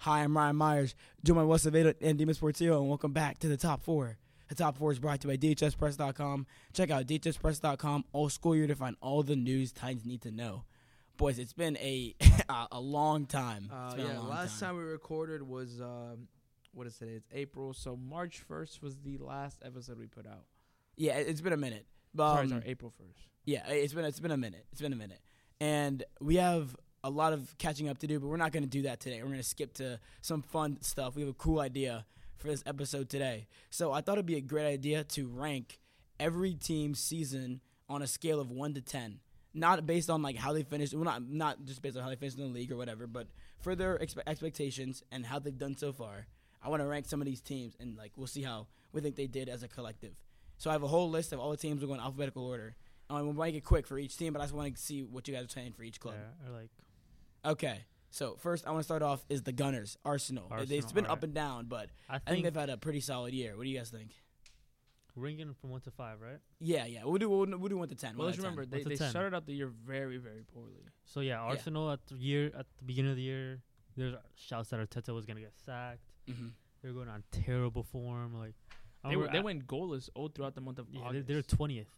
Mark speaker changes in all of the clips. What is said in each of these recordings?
Speaker 1: Hi, I'm Ryan Myers, joined by Acevedo and Demas Portillo, E and welcome back to the Top Four. The Top Four is brought to you by DHSPress.com. Check out DHSPress.com all school year to find all the news Titans need to know. Boys, it's been a a long time.
Speaker 2: Uh,
Speaker 1: It's been a
Speaker 2: yeah,
Speaker 1: long
Speaker 2: last time. we recorded was um, what is today? It's April, so March first was the last episode we put out.
Speaker 1: Yeah, it- it's been a minute.
Speaker 2: Sorry,
Speaker 1: Um,
Speaker 2: sorry, April first.
Speaker 1: Yeah, i- it's been it's been a minute. It's been a minute, and we have a lot of catching up to do, but we're not going to do that today. We're going to skip to some fun stuff. We have a cool idea for this episode today. So I thought it'd be a great idea to rank every team's season on a scale of one to ten, not based on like how they finished. Well, not not just based on how they finished in the league or whatever, but for their expe- expectations and how they've done so far. I want to rank some of these teams, and like we'll see how we think they did as a collective. So I have a whole list of all the teams. We're going alphabetical order. Um, we'll make it quick for each team, but I just want to see what you guys are saying for each club.
Speaker 3: or like
Speaker 1: Okay. So first, I want to start off is the Gunners, Arsenal. Uh, They've
Speaker 3: Arsenal,
Speaker 1: been up
Speaker 3: alright.
Speaker 1: and down, but
Speaker 3: I
Speaker 1: I think
Speaker 3: think,
Speaker 1: they've had a pretty solid year. What do you guys think?
Speaker 3: ringing from one to five, right?
Speaker 1: Yeah, yeah. We'll do we'll, we'll do one to ten.
Speaker 2: Well,
Speaker 1: one
Speaker 2: let's
Speaker 1: to 10.
Speaker 2: remember they,
Speaker 3: What's a
Speaker 2: they
Speaker 3: 10?
Speaker 2: started out the year very, very poorly.
Speaker 3: So yeah, Arsenal at the year at the beginning of the year, there's shouts that Arteta was gonna get sacked.
Speaker 1: Mhm.
Speaker 3: They're going on terrible form. Like I
Speaker 2: They, were,
Speaker 3: remember
Speaker 2: they
Speaker 3: at-
Speaker 2: went goalless all throughout the month of
Speaker 3: Yeah, they,
Speaker 2: August.
Speaker 3: they're twentieth.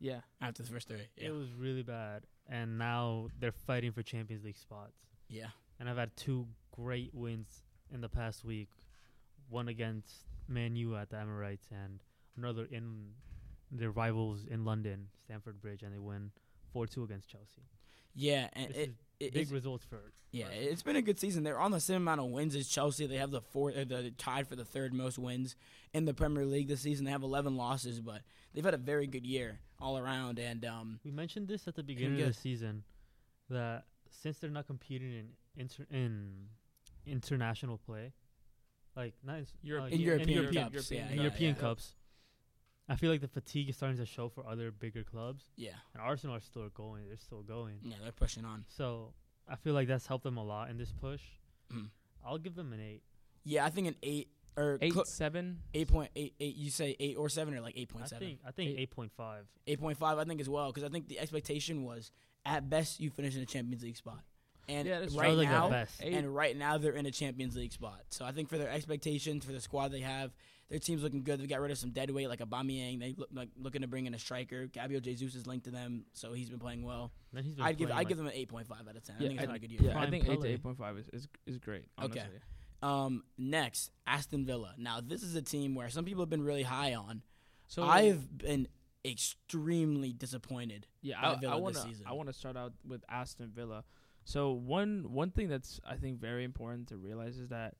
Speaker 2: yeah,
Speaker 1: after the first three. Yeah,
Speaker 3: It was really bad, and now they're fighting for Champions League spots.
Speaker 1: yeah.
Speaker 3: And I've had two great wins in the past week, one against Man U at the Emirates, and another in their rivals in London, Stamford Bridge, and they win four two against Chelsea.
Speaker 1: Yeah, and
Speaker 3: This
Speaker 1: it,
Speaker 3: is
Speaker 1: it,
Speaker 3: big
Speaker 1: it's-
Speaker 3: results for
Speaker 1: yeah,
Speaker 3: Arsenal.
Speaker 1: it's been a good season. They're on the same amount of wins as Chelsea. They have the fourth, uh, the tied for the third most wins in the Premier League this season. They have 11 losses, but they've had a very good year all around. And um,
Speaker 3: We mentioned this at the beginning
Speaker 1: get-
Speaker 3: of the season that since they're not competing in inter- in international play, like not in,
Speaker 2: Europe-
Speaker 1: in
Speaker 2: Yeah,
Speaker 1: European,
Speaker 2: and Oh, European-
Speaker 1: cups,
Speaker 2: European
Speaker 1: yeah,
Speaker 3: in
Speaker 1: yeah,
Speaker 3: European
Speaker 1: yeah.
Speaker 3: cups, I feel like the fatigue is starting to show for other bigger clubs,
Speaker 1: yeah,
Speaker 3: and Arsenal are still going. They're still going.
Speaker 1: yeah, they're pushing on.
Speaker 3: So I feel like that's helped them a lot in this push.
Speaker 1: Mm.
Speaker 3: I'll give them an eight.
Speaker 1: Yeah, I think an eight or
Speaker 2: eight,
Speaker 1: clo-
Speaker 2: seven.
Speaker 1: eight point eight eight. You say eight or seven or like eight
Speaker 3: I
Speaker 1: point seven.
Speaker 3: think I think
Speaker 2: Eight.
Speaker 3: eight point five.
Speaker 1: Eight point five, I think as well, because I think the expectation was at best you finish in a Champions League spot, and
Speaker 2: Yeah, that's
Speaker 1: right
Speaker 3: Probably
Speaker 1: now
Speaker 3: the best.
Speaker 2: Eight.
Speaker 1: and right now they're in a Champions League spot. So I think for their expectations, for the squad they have, their team's looking good. They got rid of some dead weight like Aubameyang. They look like looking to bring in a striker. Gabriel Jesus is linked to them, so he's been playing well.
Speaker 3: Then he's been
Speaker 1: I'd give
Speaker 3: playing,
Speaker 1: I'd
Speaker 3: like,
Speaker 1: give them an eight point five out of ten. I
Speaker 2: Yeah,
Speaker 1: think it's
Speaker 2: I-
Speaker 1: been a good year.
Speaker 2: Yeah, I
Speaker 3: Prime
Speaker 2: think eight to
Speaker 3: Pele.
Speaker 2: eight point five is, is is great.
Speaker 1: Okay.
Speaker 2: Honestly.
Speaker 1: Um, next, Aston Villa. Now this is a team where some people have been really high on.
Speaker 2: So
Speaker 1: I've been extremely disappointed.
Speaker 2: Yeah,
Speaker 1: by
Speaker 2: I,
Speaker 1: Villa
Speaker 2: I
Speaker 1: this
Speaker 2: want to.
Speaker 1: season.
Speaker 2: I want to start out with Aston Villa. So one one thing that's I think very important to realize is that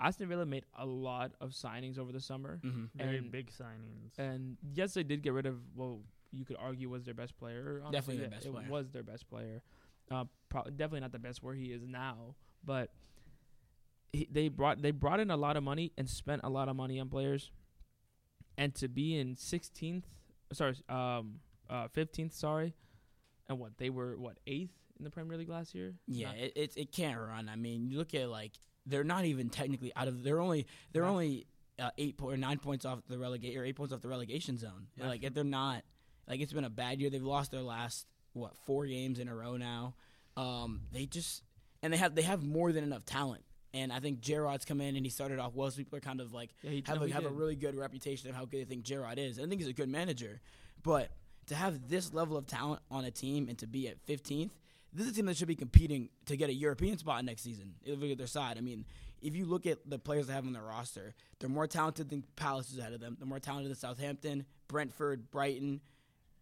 Speaker 2: Aston Villa made a lot of signings over the summer,
Speaker 1: hmm
Speaker 3: very
Speaker 2: and-
Speaker 3: big signings.
Speaker 2: and yes, they did get rid of well, you could argue was their best player.
Speaker 1: Definitely
Speaker 2: Honestly,
Speaker 1: their
Speaker 2: yeah,
Speaker 1: best
Speaker 2: it
Speaker 1: player.
Speaker 2: was their best player. Uh, pro- definitely not the best where he is now, but he, they brought they brought in a lot of money and spent a lot of money on players, and to be in 16th, sorry, um, uh, 15th, sorry, and what they were what eighth in the Premier League last year.
Speaker 1: Yeah,
Speaker 2: Not-
Speaker 1: it, it it can't run. I mean, you look at like they're not even technically out of. They're only they're
Speaker 2: Not-
Speaker 1: only uh, eight po- or nine points off the relegate or eight points off the relegation zone.
Speaker 2: Not
Speaker 1: like
Speaker 2: from-
Speaker 1: if they're not like it's been a bad year. They've lost their last what four games in a row now. Um, they just and they have they have more than enough talent. And I think Gerard's come in and he started off well. So people are kind of like
Speaker 2: yeah, he,
Speaker 1: have
Speaker 2: no,
Speaker 1: a,
Speaker 2: he
Speaker 1: have a
Speaker 2: did.
Speaker 1: really good reputation of how good they think Gerard is. I think he's a good manager, but to have this level of talent on a team and to be at 15th, this is a team that should be competing to get a European spot next season. If you look at their side, I mean, if you look at the players they have on their roster, they're more talented than Palace is ahead of them. They're more talented than Southampton, Brentford, Brighton.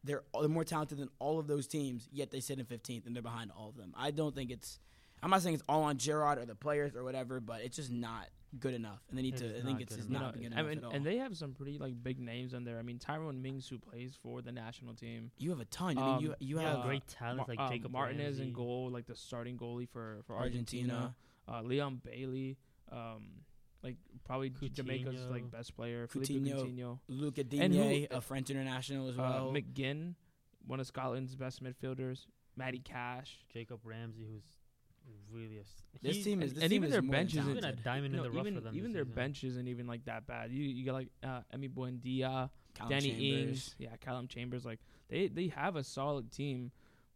Speaker 1: They're they're more talented than all of those teams, yet they sit in 15th and they're behind all of them. I don't think it's. I'm not saying it's all on Gerard or the players or whatever, but it's just not good enough. And they need
Speaker 3: It's
Speaker 1: to. I
Speaker 3: not
Speaker 1: think
Speaker 3: good
Speaker 1: it's just
Speaker 3: enough.
Speaker 1: not good
Speaker 2: You know,
Speaker 1: enough
Speaker 2: I mean,
Speaker 1: at all.
Speaker 2: and they have some pretty like big names on there. I mean, Tyrone Mings who plays for the national team.
Speaker 1: You have a ton. I mean, you
Speaker 2: Um,
Speaker 1: you
Speaker 3: yeah,
Speaker 1: have
Speaker 2: uh,
Speaker 3: great talents
Speaker 2: Mar-
Speaker 3: like
Speaker 2: um,
Speaker 3: Jacob
Speaker 2: Martinez
Speaker 3: Ramsey.
Speaker 2: in goal, like the starting goalie for for
Speaker 1: Argentina.
Speaker 2: Argentina. Uh, Leon Bailey, um, like probably J- Jamaica's like
Speaker 3: Coutinho.
Speaker 2: best player. Felipe
Speaker 1: Coutinho.
Speaker 2: Coutinho,
Speaker 1: Luca
Speaker 2: and who-
Speaker 1: Digne, a French international as
Speaker 2: uh,
Speaker 1: well.
Speaker 2: McGinn, one of Scotland's best midfielders. Matty Cash.
Speaker 3: Jacob Ramsey, who's really a s-
Speaker 1: this
Speaker 3: he-
Speaker 1: team is
Speaker 2: and-
Speaker 1: this
Speaker 2: and
Speaker 1: team
Speaker 2: even
Speaker 1: is
Speaker 2: their
Speaker 1: more than
Speaker 2: bench isn't-
Speaker 3: He's been a
Speaker 1: talented.
Speaker 3: diamond
Speaker 2: No,
Speaker 3: in the rough
Speaker 2: even
Speaker 3: for them.
Speaker 2: even
Speaker 3: this
Speaker 2: their
Speaker 3: season.
Speaker 2: bench isn't even like that bad. You you got like uh, Emi Buendia,
Speaker 1: Callum
Speaker 2: Danny
Speaker 1: Chambers.
Speaker 2: Ings, yeah, Callum Chambers. Like they they have a solid team,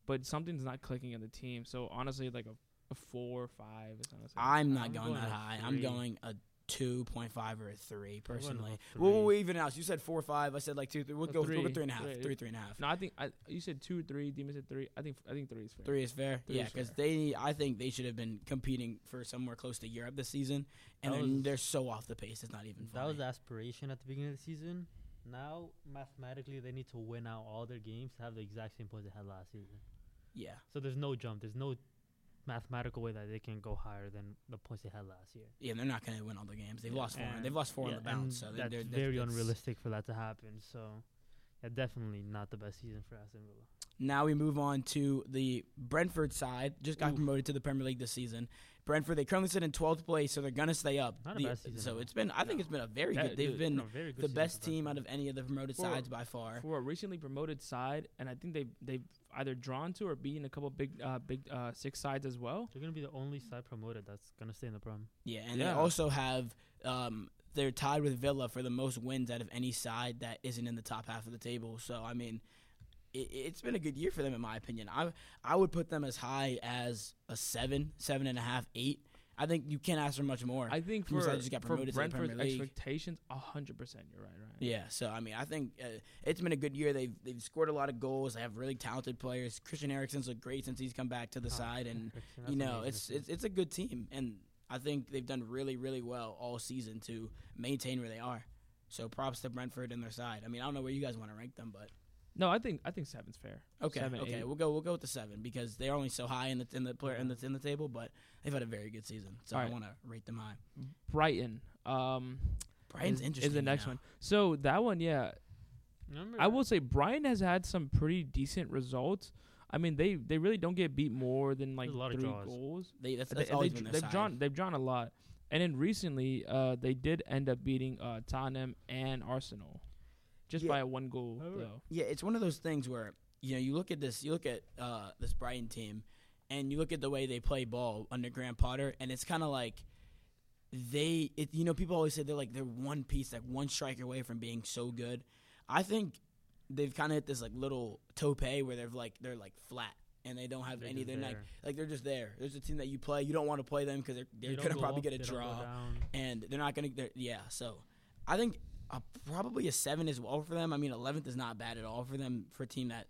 Speaker 2: but something's not clicking in the team. So honestly, like a a four or five. Or something.
Speaker 1: I'm not
Speaker 3: I'm
Speaker 1: going,
Speaker 3: going
Speaker 1: that
Speaker 3: a
Speaker 1: high. I'm
Speaker 3: three.
Speaker 1: going a two point five or a three
Speaker 3: going with
Speaker 1: personally.
Speaker 3: a
Speaker 1: Well, we'll
Speaker 3: three.
Speaker 1: even out. You said four or five. I said like two. Three. We'll
Speaker 2: A
Speaker 1: go. We'll go
Speaker 2: three.
Speaker 1: three and a half.
Speaker 2: Three.
Speaker 1: Three, three and a half.
Speaker 2: no, I think I, you said two or three. Demon said three. I think I think three is fair.
Speaker 1: Three is fair.
Speaker 2: Three
Speaker 1: yeah,
Speaker 2: is
Speaker 1: because
Speaker 2: fair.
Speaker 1: they, I think they should have been competing for somewhere close to Europe this season, and
Speaker 3: That
Speaker 1: they're,
Speaker 3: was-
Speaker 1: they're so off the pace. It's not even
Speaker 3: That
Speaker 1: funny.
Speaker 3: was aspiration at the beginning of the season. Now, mathematically, they need to win out all their games to have the exact same points they had last season.
Speaker 1: yeah,
Speaker 3: So there's no jump. There's no mathematical way that they can go higher than the points they had last year.
Speaker 1: yeah, they're not going to win all the games. They've
Speaker 3: Yeah,
Speaker 1: lost four.
Speaker 3: and-
Speaker 1: They've lost four on
Speaker 3: Yeah,
Speaker 1: the bounce.
Speaker 3: and
Speaker 1: So they're,
Speaker 3: that's
Speaker 1: they're,
Speaker 3: very
Speaker 1: that's-
Speaker 3: unrealistic for that to happen. So, yeah, definitely not the best season for Aston Villa.
Speaker 1: Now we move on to the Brentford side. Just got
Speaker 2: Ooh.
Speaker 1: promoted to the Premier League this season. Brentford they currently sit in 12th place, so they're going to stay up.
Speaker 3: Not a
Speaker 1: The-
Speaker 3: bad season at
Speaker 1: so
Speaker 3: all.
Speaker 1: it's been. I think
Speaker 2: No.
Speaker 1: it's been a very
Speaker 2: That-
Speaker 1: good. They've
Speaker 2: dude,
Speaker 1: been
Speaker 3: No, very good
Speaker 1: the
Speaker 3: season
Speaker 1: best
Speaker 3: for Aston
Speaker 1: team out
Speaker 3: Villa.
Speaker 1: of any of the promoted
Speaker 2: For-
Speaker 1: sides by far.
Speaker 2: for a recently promoted side, and I think they they've either drawn to or beaten a couple big uh, big uh, six sides as well.
Speaker 3: They're gonna be the only side promoted that's gonna stay in the Prem.
Speaker 1: Yeah, and they
Speaker 2: Yeah.
Speaker 1: also have um, they're tied with Villa for the most wins out of any side that isn't in the top half of the table. So I mean, it, it's been a good year for them in my opinion. I I would put them as high as a seven, seven and a half, eight. I think you can't ask for much more.
Speaker 2: I think
Speaker 1: Teams
Speaker 2: for,
Speaker 1: that just got
Speaker 2: for
Speaker 1: promoted to the Premier
Speaker 2: Brentford's
Speaker 1: League.
Speaker 2: expectations, hundred percent. You're right, right?
Speaker 1: yeah, so I mean, I think uh, it's been a good year. They've they've scored a lot of goals. They have really talented players. Christian Eriksen's looked great since he's come back to the
Speaker 3: Oh,
Speaker 1: side, and
Speaker 3: Friction,
Speaker 1: you
Speaker 3: that's
Speaker 1: know,
Speaker 3: amazing
Speaker 1: it's,
Speaker 3: to see.
Speaker 1: it's it's a good team, and I think they've done really, really well all season to maintain where they are. So props to Brentford and their side. I mean, I don't know where you guys want to rank them, but
Speaker 2: No, I think I think seven's fair.
Speaker 1: okay,
Speaker 2: Seven,
Speaker 1: okay,
Speaker 2: eight.
Speaker 1: we'll go we'll go with the seven because they're only so high in the in the player in the in the table, but they've had a very good season, so I
Speaker 2: Alright.
Speaker 1: want to rate them high.
Speaker 2: Brighton. Um,
Speaker 1: Brighton's
Speaker 2: is,
Speaker 1: interesting.
Speaker 2: Is the next
Speaker 1: you know.
Speaker 2: one. So that one, yeah,
Speaker 3: Remember
Speaker 2: I
Speaker 3: that-
Speaker 2: will say Brighton has had some pretty decent results. I mean, they they really don't get beat more than like
Speaker 3: There's a lot of
Speaker 2: three
Speaker 3: draws.
Speaker 2: goals.
Speaker 1: They, that's,
Speaker 2: They,
Speaker 1: that's always been
Speaker 2: have
Speaker 1: their side.
Speaker 2: drawn they've drawn a lot, and then recently uh, they did end up beating uh, Tottenham and Arsenal, just
Speaker 1: Yeah.
Speaker 2: by one goal
Speaker 3: However-
Speaker 2: though.
Speaker 1: Yeah, it's one of those things where you know you look at this, you look at uh, this Brighton team, and you look at the way they play ball under Graham Potter, and it's kind of like they, it, you know, people always say they're like they're one piece, like one strike away from being so good. I think they've kind of hit this like little tope where they're like they're like flat. And they don't have
Speaker 3: they're
Speaker 1: any.
Speaker 3: just
Speaker 1: They're not
Speaker 3: there.
Speaker 1: like they're just there. There's a team that you play. You don't want to play them because they're they're
Speaker 3: They don't
Speaker 1: gonna
Speaker 3: go
Speaker 1: probably
Speaker 3: up,
Speaker 1: get a
Speaker 3: they don't go
Speaker 1: draw
Speaker 3: down.
Speaker 1: and they're not going to. Yeah, so I think a, probably a seven as well for them. I mean, eleventh is not bad at all for them for a team that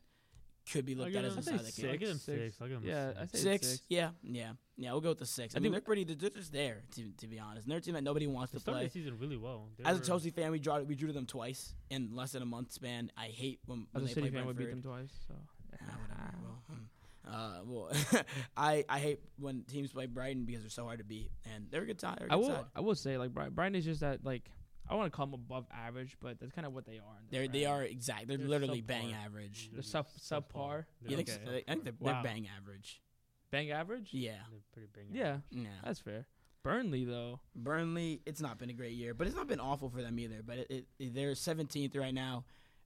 Speaker 1: could be looked
Speaker 3: give
Speaker 1: at as
Speaker 3: them-
Speaker 1: a
Speaker 3: I'd say
Speaker 1: side that
Speaker 3: I'll
Speaker 1: could
Speaker 3: give them
Speaker 2: Six.
Speaker 3: six. I'll give them
Speaker 2: Yeah,
Speaker 3: six.
Speaker 2: I say
Speaker 1: six.
Speaker 2: six.
Speaker 1: Yeah, yeah, yeah. We'll go with the six. I,
Speaker 2: I
Speaker 1: mean,
Speaker 2: think-
Speaker 1: they're pretty. They're just there to, to be honest. And they're a team that nobody wants
Speaker 3: They
Speaker 1: to
Speaker 3: started
Speaker 1: play.
Speaker 3: the season really well. They
Speaker 1: As a
Speaker 3: were-
Speaker 1: Chelsea fan, we draw we drew to them twice in less than a month span. I hate when,
Speaker 2: As
Speaker 1: when
Speaker 2: a
Speaker 1: they play
Speaker 2: City fan, we
Speaker 1: Brentford.
Speaker 2: beat them twice. So
Speaker 1: Ah, whatever. Well, hmm. Uh, well, I I hate when teams play Brighton because they're so hard to beat, and they're a good time. They're a
Speaker 2: I
Speaker 1: good
Speaker 2: will.
Speaker 1: side.
Speaker 2: I will say like Bri- Brighton is just that like I want to call them above average, but that's kind of what they are. in
Speaker 1: They're
Speaker 2: their
Speaker 1: they
Speaker 2: brand.
Speaker 1: are exact. They're,
Speaker 3: They're
Speaker 1: literally
Speaker 3: subpar.
Speaker 1: bang average.
Speaker 2: They're sub
Speaker 3: Subpar.
Speaker 2: subpar.
Speaker 3: They're
Speaker 1: You think
Speaker 2: okay.
Speaker 1: so? I think they're,
Speaker 2: Wow.
Speaker 1: they're bang average.
Speaker 2: Bang average.
Speaker 1: Yeah.
Speaker 3: They're pretty banging.
Speaker 2: Yeah,
Speaker 1: Yeah.
Speaker 2: that's fair. Burnley though.
Speaker 1: Uh, Burnley, it's not been a great year, but it's not been awful for them either. But it, it, they're 17th right now,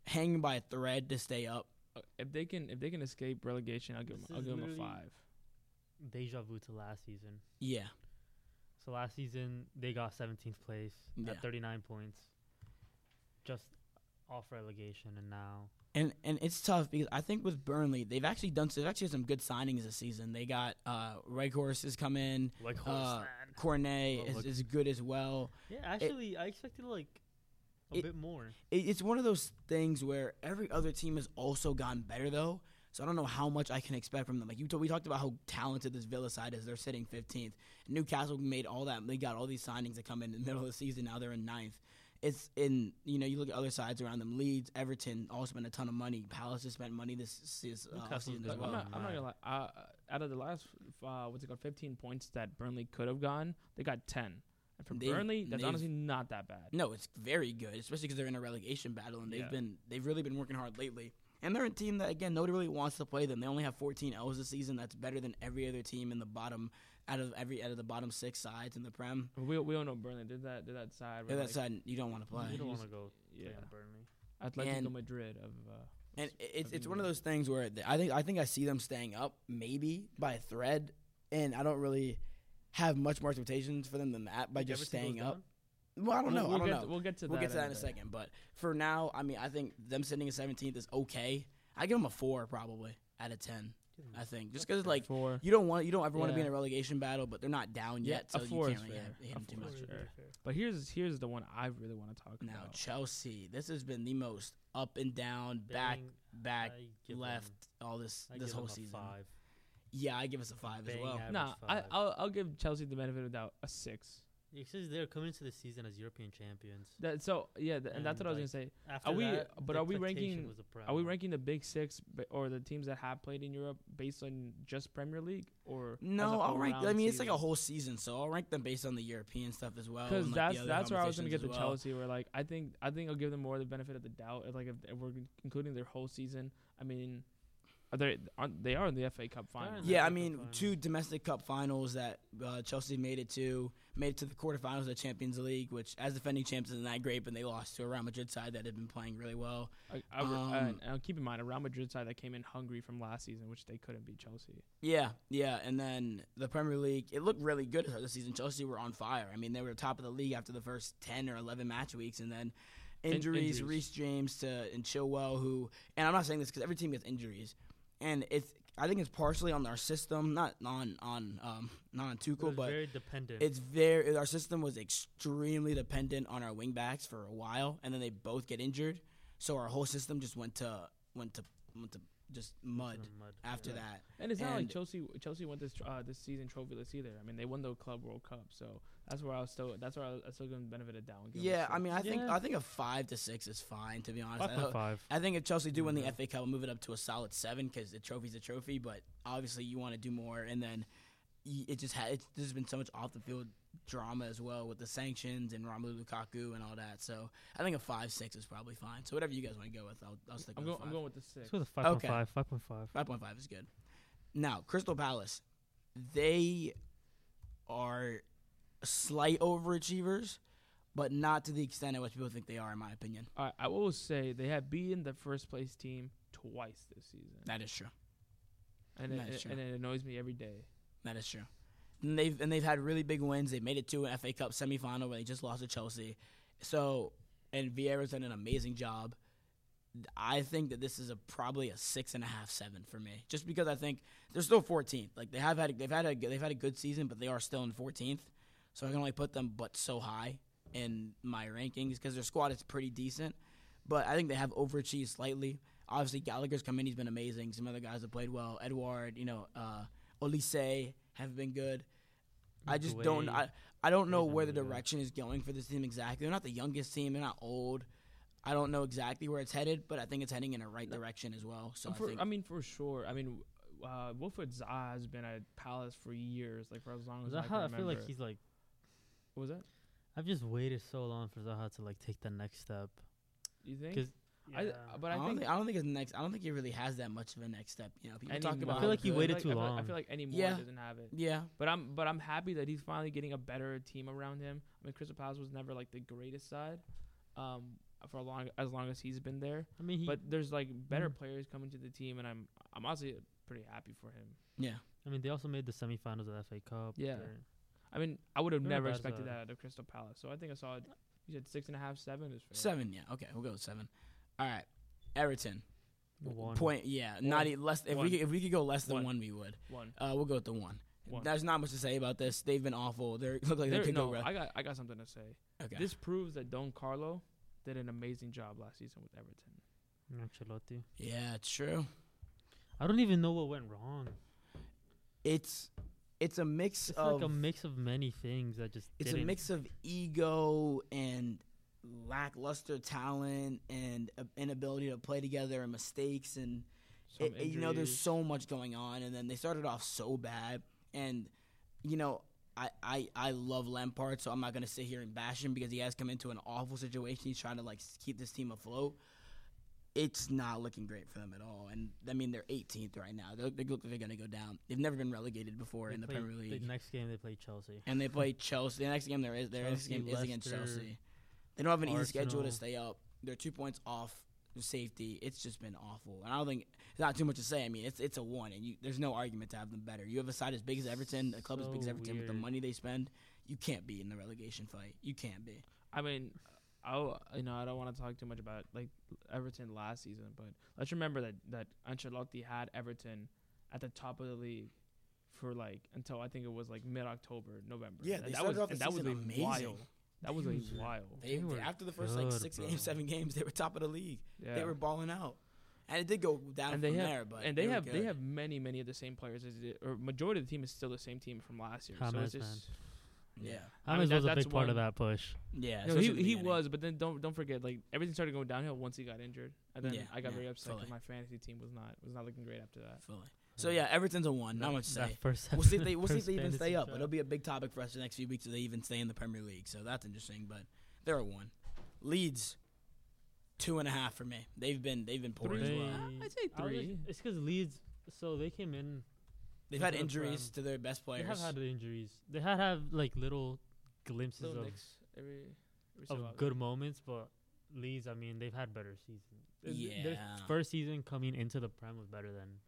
Speaker 1: hanging by a thread to stay up.
Speaker 2: uh, If they can, if they can escape relegation, I'll give them.
Speaker 3: This
Speaker 2: I'll
Speaker 3: is
Speaker 2: give them a
Speaker 3: literally-
Speaker 2: five.
Speaker 3: Deja vu to last season.
Speaker 1: Yeah.
Speaker 3: So last season they got 17th place
Speaker 1: Yeah.
Speaker 3: at 39 points, just off relegation, and now
Speaker 1: And and it's tough because I think with Burnley, they've actually done they've actually had some good signings this season. They got uh, Reghorst has come in,
Speaker 3: like
Speaker 1: Uh,
Speaker 3: man.
Speaker 1: Cornet
Speaker 3: Oh,
Speaker 1: is,
Speaker 3: look.
Speaker 1: is good as well.
Speaker 3: Yeah, actually, I expected like a
Speaker 1: it-
Speaker 3: bit more.
Speaker 1: it, it's one of those things where every other team has also gotten better though. So I don't know how much I can expect from them. Like you, t- we talked about how talented this Villa side is. They're sitting 15th. Newcastle made all that. They got all these signings that come in, in the middle of the season. Now they're in ninth. It's in you know you look at other sides around them. Leeds, Everton, all spent a ton of money. Palace has spent money this, this uh,
Speaker 3: Newcastle's
Speaker 1: season
Speaker 3: been
Speaker 1: as
Speaker 2: Look,
Speaker 1: well.
Speaker 2: I'm, not, I'm not
Speaker 3: Wow.
Speaker 2: gonna lie. Uh, out of the last, uh, what's it called, 15 points that Burnley could have gotten, they got 10. And for
Speaker 1: They've-
Speaker 2: Burnley, that's
Speaker 1: they've-
Speaker 2: honestly not that bad.
Speaker 1: No, it's very good, especially because they're in a relegation battle and they've
Speaker 2: Yeah.
Speaker 1: been they've really been working hard lately. And they're a team that again nobody really wants to play them. They only have 14 L's this season. That's better than every other team in the bottom out of every out of the bottom six sides in the Prem.
Speaker 2: We we all know Burnley did that did that side.
Speaker 1: Yeah,
Speaker 2: where,
Speaker 1: that
Speaker 2: like,
Speaker 1: side you don't want to play.
Speaker 3: You don't
Speaker 2: Use-
Speaker 3: want to go play
Speaker 2: yeah.
Speaker 3: on Burnley.
Speaker 2: Atletico
Speaker 1: And-
Speaker 2: Madrid of. Uh,
Speaker 1: And
Speaker 2: what's-
Speaker 1: it's
Speaker 2: of
Speaker 1: it's one of
Speaker 2: England.
Speaker 1: those things where th- I think I think I see them staying up maybe by a thread, and I don't really have much more expectations for them than that by
Speaker 3: Like,
Speaker 1: just
Speaker 3: Everton goes
Speaker 1: staying up.
Speaker 3: down?
Speaker 1: Well, I don't
Speaker 2: We'll-
Speaker 1: know.
Speaker 2: We'll
Speaker 1: I don't
Speaker 2: get
Speaker 1: know.
Speaker 2: To, we'll get to
Speaker 1: we'll
Speaker 2: that.
Speaker 1: get to that in a
Speaker 2: bit.
Speaker 1: second. But for now, I mean, I think them sitting at 17th is okay. I give them a four probably out of 10. I think just because like
Speaker 2: four.
Speaker 1: you don't want you don't ever want to be in
Speaker 2: Yeah.
Speaker 1: a relegation battle, but they're not down
Speaker 2: Yeah,
Speaker 1: yet,
Speaker 2: a
Speaker 1: so you
Speaker 2: four
Speaker 1: can't
Speaker 2: is
Speaker 1: really
Speaker 2: fair.
Speaker 1: hit
Speaker 2: A
Speaker 1: him too
Speaker 2: four
Speaker 1: much.
Speaker 2: is fair. But here's here's the one I really want to talk
Speaker 1: Now
Speaker 2: about.
Speaker 1: Chelsea, this has been the most up and down, back back, left, all this this whole season.
Speaker 3: Five.
Speaker 1: Yeah, I give us a five as
Speaker 3: Bang
Speaker 1: well.
Speaker 3: average
Speaker 2: Nah, I,
Speaker 3: five.
Speaker 2: I'll I'll give Chelsea the benefit of the doubt a six.
Speaker 3: It says they're coming into the season as European champions.
Speaker 2: That so yeah, th-
Speaker 1: Mm,
Speaker 2: and that's
Speaker 3: And,
Speaker 2: what I was
Speaker 3: like,
Speaker 2: gonna say.
Speaker 3: After
Speaker 2: we-
Speaker 3: that,
Speaker 2: but
Speaker 3: the
Speaker 2: are we
Speaker 3: expectation
Speaker 2: ranking-
Speaker 3: Was a
Speaker 2: Are we
Speaker 3: problem.
Speaker 2: ranking the big six b- or the teams that have played in Europe based on just Premier League or as a
Speaker 1: No, I'll rank. I
Speaker 2: all-round
Speaker 1: mean, it's like a
Speaker 2: season?
Speaker 1: whole season, so I'll rank them based on the European stuff as well.
Speaker 2: Because
Speaker 1: and, like, the
Speaker 2: that's
Speaker 1: other
Speaker 2: that's where I was gonna get
Speaker 1: competitions
Speaker 2: the
Speaker 1: as well.
Speaker 2: Chelsea. Where like I think I think I'll give them more the benefit of the doubt. If, like if, if we're including their whole season, I mean, are they aren't, they are in the FA Cup final?
Speaker 3: in the
Speaker 1: Yeah, I
Speaker 3: Cup
Speaker 1: mean,
Speaker 3: final.
Speaker 1: two domestic cup finals that uh, Chelsea made it to, made it to the quarterfinals of the Champions League, which as defending champs isn't that great, but they lost to a Real Madrid side that had been playing really well.
Speaker 2: I, I, would- uh,
Speaker 1: Um,
Speaker 2: and keep in mind a Real Madrid side that came in hungry from last season, which they couldn't beat Chelsea.
Speaker 1: Yeah, yeah, and then the Premier League, it looked really good this season. Chelsea were on fire. I mean, they were top of the league after the first ten or eleven match weeks, and then
Speaker 2: In-
Speaker 1: injuries,
Speaker 2: injuries.
Speaker 1: Reece James to and Chilwell, who, and I'm not saying this because every team gets injuries, and it's I think it's partially on our system, not on on um not on
Speaker 3: It was
Speaker 1: Tuchel, but
Speaker 3: very dependent.
Speaker 1: It's very our system was extremely dependent on our wing backs for a while, and then they both get injured, so our whole system just went to went to went to just mud
Speaker 3: in the mud.
Speaker 1: after
Speaker 3: Yeah.
Speaker 1: that.
Speaker 2: And it's not like
Speaker 1: And-
Speaker 2: Chelsea Chelsea won this tr- uh, this season trophyless either. I mean, they won the Club World Cup, so that's where I was still that's where I was, I was still going to benefit it down.
Speaker 1: Yeah, I mean, I think
Speaker 3: Yeah.
Speaker 1: I think a five to six is fine to be honest. I,
Speaker 3: Five point
Speaker 1: don't-
Speaker 3: five.
Speaker 1: I think if Chelsea do win the
Speaker 3: Mhm.
Speaker 1: FA Cup, I'll move it up to a solid seven because the trophy's a trophy, but obviously you want to do more, and then y- it just had it's, there's been so much off the field drama as well with the sanctions and Romelu Lukaku and all that. So I think a five six is probably fine. So whatever you guys want to go with, I'll, I'll stick
Speaker 2: I'm
Speaker 1: with
Speaker 2: going
Speaker 1: five.
Speaker 2: I'm going with the six.
Speaker 3: Let's go with a 5.5.
Speaker 1: Okay.
Speaker 3: 5.5.
Speaker 1: Five point five is good. Now, Crystal Palace, they are slight overachievers, but not to the extent at which people think they are, in my opinion.
Speaker 2: All right, I will say they have beaten the first place team twice this season,
Speaker 1: That is true.
Speaker 2: and it,
Speaker 1: that is
Speaker 2: it-
Speaker 1: true.
Speaker 2: and it annoys me every day.
Speaker 1: That is true. And they've and they've had really big wins. They made it to an FA Cup semifinal where they just lost to Chelsea. So and Vieira's done an amazing job. I think that this is a probably a six and a half, seven for me, just because I think they're still 14th. Like they have had they've had a they've had a good season, but they are still in 14th. So I can only put them but so high in my rankings because their squad is pretty decent. But I think they have overachieved slightly. Obviously Gallagher's come in; he's been amazing. Some other guys have played well. Edward, you know, uh, Olise have been good. I just don't.
Speaker 3: Douay.
Speaker 1: I, I don't know
Speaker 3: He's been
Speaker 1: where the
Speaker 3: really good.
Speaker 1: direction is going for this team exactly. They're not the youngest team. They're not old. I don't know exactly where it's headed, but I think it's heading in the right direction as well. So I
Speaker 2: for, um,
Speaker 1: think
Speaker 2: I, mean, for sure. I mean, uh, Wilfred Zaha has been at Palace for years, like for as long as I
Speaker 3: Zaha,
Speaker 2: can
Speaker 3: I
Speaker 2: remember.
Speaker 3: feel like he's like
Speaker 2: what was that?
Speaker 3: I've just waited so long for Zaha to like take the next step.
Speaker 2: You think?
Speaker 3: 'Cause-
Speaker 2: I, uh, but I,
Speaker 1: I, don't
Speaker 2: think,
Speaker 1: think, I don't think his next. I don't think he really has that much of a next step. You know, people
Speaker 2: any
Speaker 1: talk
Speaker 2: more-
Speaker 1: about.
Speaker 3: I feel like he
Speaker 1: how good-
Speaker 3: waited
Speaker 2: I
Speaker 3: too
Speaker 2: feel like- I
Speaker 3: long.
Speaker 2: feel like anymore
Speaker 1: Yeah.
Speaker 2: doesn't have it.
Speaker 1: Yeah,
Speaker 2: But I'm but I'm happy that he's finally getting a better team around him. I mean, Crystal Palace was never like the greatest side, um, for long as long as he's been there.
Speaker 3: I mean, he,
Speaker 2: But there's like better
Speaker 1: Mm-hmm.
Speaker 3: Mm.
Speaker 2: players coming to the team, and I'm I'm honestly pretty happy for him.
Speaker 1: yeah.
Speaker 3: I mean, they also made the semifinals of the FA Cup.
Speaker 2: Yeah.
Speaker 3: They're-
Speaker 2: I mean, I would have
Speaker 3: They're not
Speaker 2: never
Speaker 3: bad
Speaker 2: expected
Speaker 3: side.
Speaker 2: that out of Crystal Palace. So I think I saw it. You said six and a half, seven is fair.
Speaker 1: Seven. Yeah. Okay, we'll go with seven. All right. Everton.
Speaker 3: One.
Speaker 1: Point. Yeah. Not
Speaker 2: One.
Speaker 1: e- less. If
Speaker 2: One.
Speaker 1: we could, if we could go less than
Speaker 2: One.
Speaker 1: one, we would.
Speaker 2: One.
Speaker 1: Uh, we'll go with the one.
Speaker 2: One.
Speaker 1: There's not much to say about this. They've been awful. They look like they
Speaker 2: There-
Speaker 1: could
Speaker 2: no,
Speaker 1: go. Re-
Speaker 2: I got I got something to say.
Speaker 1: okay.
Speaker 2: This proves that Don Carlo did an amazing job last season with Everton.
Speaker 3: Ancelotti.
Speaker 1: yeah. It's true.
Speaker 3: I don't even know what went wrong.
Speaker 1: it's it's a mix
Speaker 3: It's
Speaker 1: of
Speaker 3: like a mix of many things that just.
Speaker 1: it's a
Speaker 3: didn't-
Speaker 1: mix of ego and lackluster talent and uh, inability to play together and mistakes and
Speaker 2: Some
Speaker 1: it- it- you know there's
Speaker 2: injuries.
Speaker 1: so much going on and then they started off so bad and you know I, I, I love Lampard, so I'm not gonna sit here and bash him because he has come into an awful situation. He's trying to like s- keep this team afloat. It's not looking great for them at all, and I mean they're 18th right now. They, they look like they're gonna go down. They've never been relegated before
Speaker 3: they
Speaker 1: in the
Speaker 3: played-
Speaker 1: Premier League
Speaker 3: The next game they played Chelsea.
Speaker 1: and they play Chelsea. The next game there is their next
Speaker 3: Chelsea,
Speaker 1: game is against
Speaker 3: Leicester,
Speaker 1: Chelsea. They don't have an easy schedule
Speaker 3: Arsenal.
Speaker 1: to stay up. They're two points off the safety. It's just been awful, and I don't think there's not too much to say. I mean, it's it's a one, and you, there's no argument to have them better. You have a side as big as Everton, a club as big as
Speaker 3: So
Speaker 1: Everton with the
Speaker 3: weird.
Speaker 1: money they spend. You can't be in the relegation fight. You can't be.
Speaker 2: I mean, I you know I don't want to talk too much about like Everton last season, but let's remember that that Ancelotti had Everton at the top of the league for like until I think it was like mid October, November.
Speaker 1: Yeah,
Speaker 2: Th-
Speaker 1: they
Speaker 2: that
Speaker 1: started
Speaker 2: was
Speaker 1: off the
Speaker 2: and that was
Speaker 1: season
Speaker 2: a
Speaker 1: amazing.
Speaker 2: wild. That was a
Speaker 3: Huge.
Speaker 2: wild.
Speaker 1: They,
Speaker 3: They were
Speaker 1: after the first like
Speaker 3: good,
Speaker 1: six
Speaker 3: bro.
Speaker 1: games, seven games, they were top of the league.
Speaker 2: Yeah.
Speaker 1: They were balling out, and it did go down
Speaker 2: and they
Speaker 1: from
Speaker 2: have,
Speaker 1: there. But
Speaker 2: and they
Speaker 1: were
Speaker 2: have they
Speaker 1: good.
Speaker 2: have many many of the same players as it, or majority of the team is still the same team from last year. so
Speaker 3: James,
Speaker 2: it's just
Speaker 3: man.
Speaker 1: yeah
Speaker 2: I mean,
Speaker 3: James
Speaker 2: that-
Speaker 3: was a
Speaker 2: that's
Speaker 3: big part of
Speaker 2: one-
Speaker 3: that push.
Speaker 1: yeah.
Speaker 2: No,
Speaker 1: especially
Speaker 2: he,
Speaker 1: at the
Speaker 2: he
Speaker 1: beginning.
Speaker 2: was, but then don't don't forget like everything started going downhill once he got injured, and then
Speaker 1: Yeah,
Speaker 2: I got
Speaker 1: yeah,
Speaker 2: very upset
Speaker 1: fully.
Speaker 2: because my fantasy team was not was not looking great after that.
Speaker 1: Fully. So yeah, Everton's a one. Not much to
Speaker 3: That
Speaker 1: say.
Speaker 3: first
Speaker 1: We'll see if they we'll see if
Speaker 3: first
Speaker 1: they even stay
Speaker 3: fantasy
Speaker 1: up.
Speaker 3: draft.
Speaker 1: It'll be a big topic for us the next few weeks if they even stay in the Premier League. So that's interesting. But they're a one. Leeds, two and a half for me. They've been they've been poor as
Speaker 3: Three.
Speaker 1: well.
Speaker 2: I'd say
Speaker 3: I was like-
Speaker 2: three.
Speaker 3: It's because Leeds. So they came in.
Speaker 1: They've had
Speaker 3: They have,
Speaker 1: injuries
Speaker 3: um,
Speaker 1: to their best
Speaker 3: They have
Speaker 1: players.
Speaker 3: had injuries. They had have like little glimpses
Speaker 2: Little
Speaker 3: of
Speaker 2: Knicks every, every so
Speaker 3: of
Speaker 2: often.
Speaker 3: good moments, but Leeds. I mean, they've had better seasons. Th- th- Their
Speaker 1: Yeah.
Speaker 3: first season coming into the prem was better than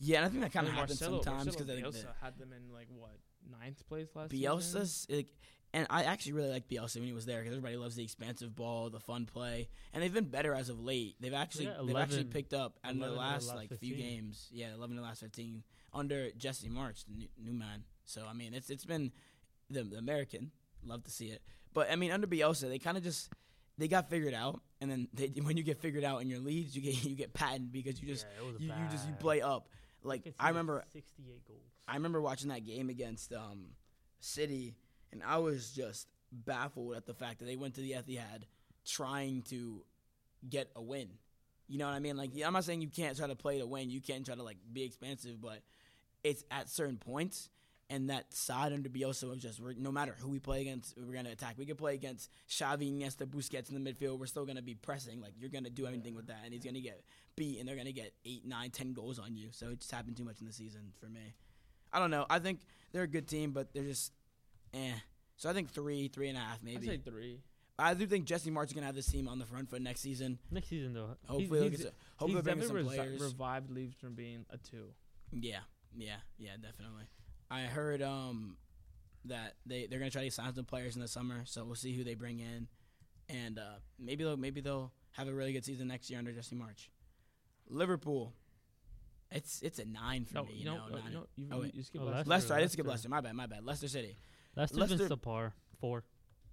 Speaker 1: Yeah, and I think that
Speaker 2: I
Speaker 1: kind of
Speaker 2: mean,
Speaker 1: happens
Speaker 2: Marcelo-
Speaker 1: sometimes because
Speaker 2: Marcelo
Speaker 1: I think that
Speaker 2: Bielsa had them in like what ninth place last season.
Speaker 1: Bielsa's like, and I actually really liked Bielsa when he was there because everybody loves the expansive ball, the fun play, and they've been better as of late. They've actually
Speaker 3: Yeah,
Speaker 1: they've actually
Speaker 3: 11
Speaker 1: picked up in their
Speaker 3: 11 to the
Speaker 1: last,
Speaker 3: last
Speaker 1: like few
Speaker 3: 15.
Speaker 1: games. Yeah, eleven to the last fifteen under Jesse March, the new, new man. So I mean, it's it's been the, the American love to see it, but I mean under Bielsa they kind of just. They got figured out, and then they, when you get figured out in your leads, you get you get patented because you just
Speaker 3: Yeah, it was
Speaker 1: you, you just you
Speaker 3: bad.
Speaker 1: play up. Like
Speaker 3: can see,
Speaker 1: I remember
Speaker 3: 68 goals.
Speaker 1: I remember watching that game against um, City, and I was just baffled at the fact that they went to the Etihad trying to get a win. You know what I mean? Like, yeah, I'm not saying you can't try to play to win. You can try to like be expansive, but it's at certain points. And that side under Bielsa was just we're, no matter who we play against, we're gonna attack. We could play against Xavi, Iniesta, Busquets in the midfield. We're still gonna be pressing. Like you're gonna do anything with that, and he's gonna get beat, and they're gonna get eight, nine, ten goals on you. So it just happened too much in the season for me. I don't know. I think they're a good team, but they're just eh. So I think three, three and a half,
Speaker 2: I'd
Speaker 1: maybe.
Speaker 2: say three.
Speaker 1: I do think Jesse March is gonna have this team on the front foot next season.
Speaker 3: Next season though,
Speaker 1: Hopefully,
Speaker 2: he's-
Speaker 1: he's, he's, hopefully
Speaker 2: He's
Speaker 1: they'll bring in some
Speaker 2: definitely resi-
Speaker 1: players.
Speaker 2: revived Leeds from being a two.
Speaker 1: yeah, yeah, yeah, definitely. I heard um that they they're gonna try to sign some players in the summer, so we'll see who they bring in, and uh, maybe they'll maybe they'll have a really good season next year under Jesse March. Liverpool, it's it's a nine for
Speaker 2: No,
Speaker 1: me.
Speaker 2: you know,
Speaker 1: no,
Speaker 2: uh,
Speaker 1: nine.
Speaker 2: you know, you,
Speaker 1: Oh,
Speaker 2: you-
Speaker 1: wait.
Speaker 2: you skip
Speaker 3: Oh,
Speaker 2: last.
Speaker 3: last-
Speaker 1: Leicester, I did skip Leicester.
Speaker 3: Leicester.
Speaker 1: My bad, my bad. Leicester City.
Speaker 3: Leicester's been
Speaker 1: Leicester-
Speaker 3: subpar. Four.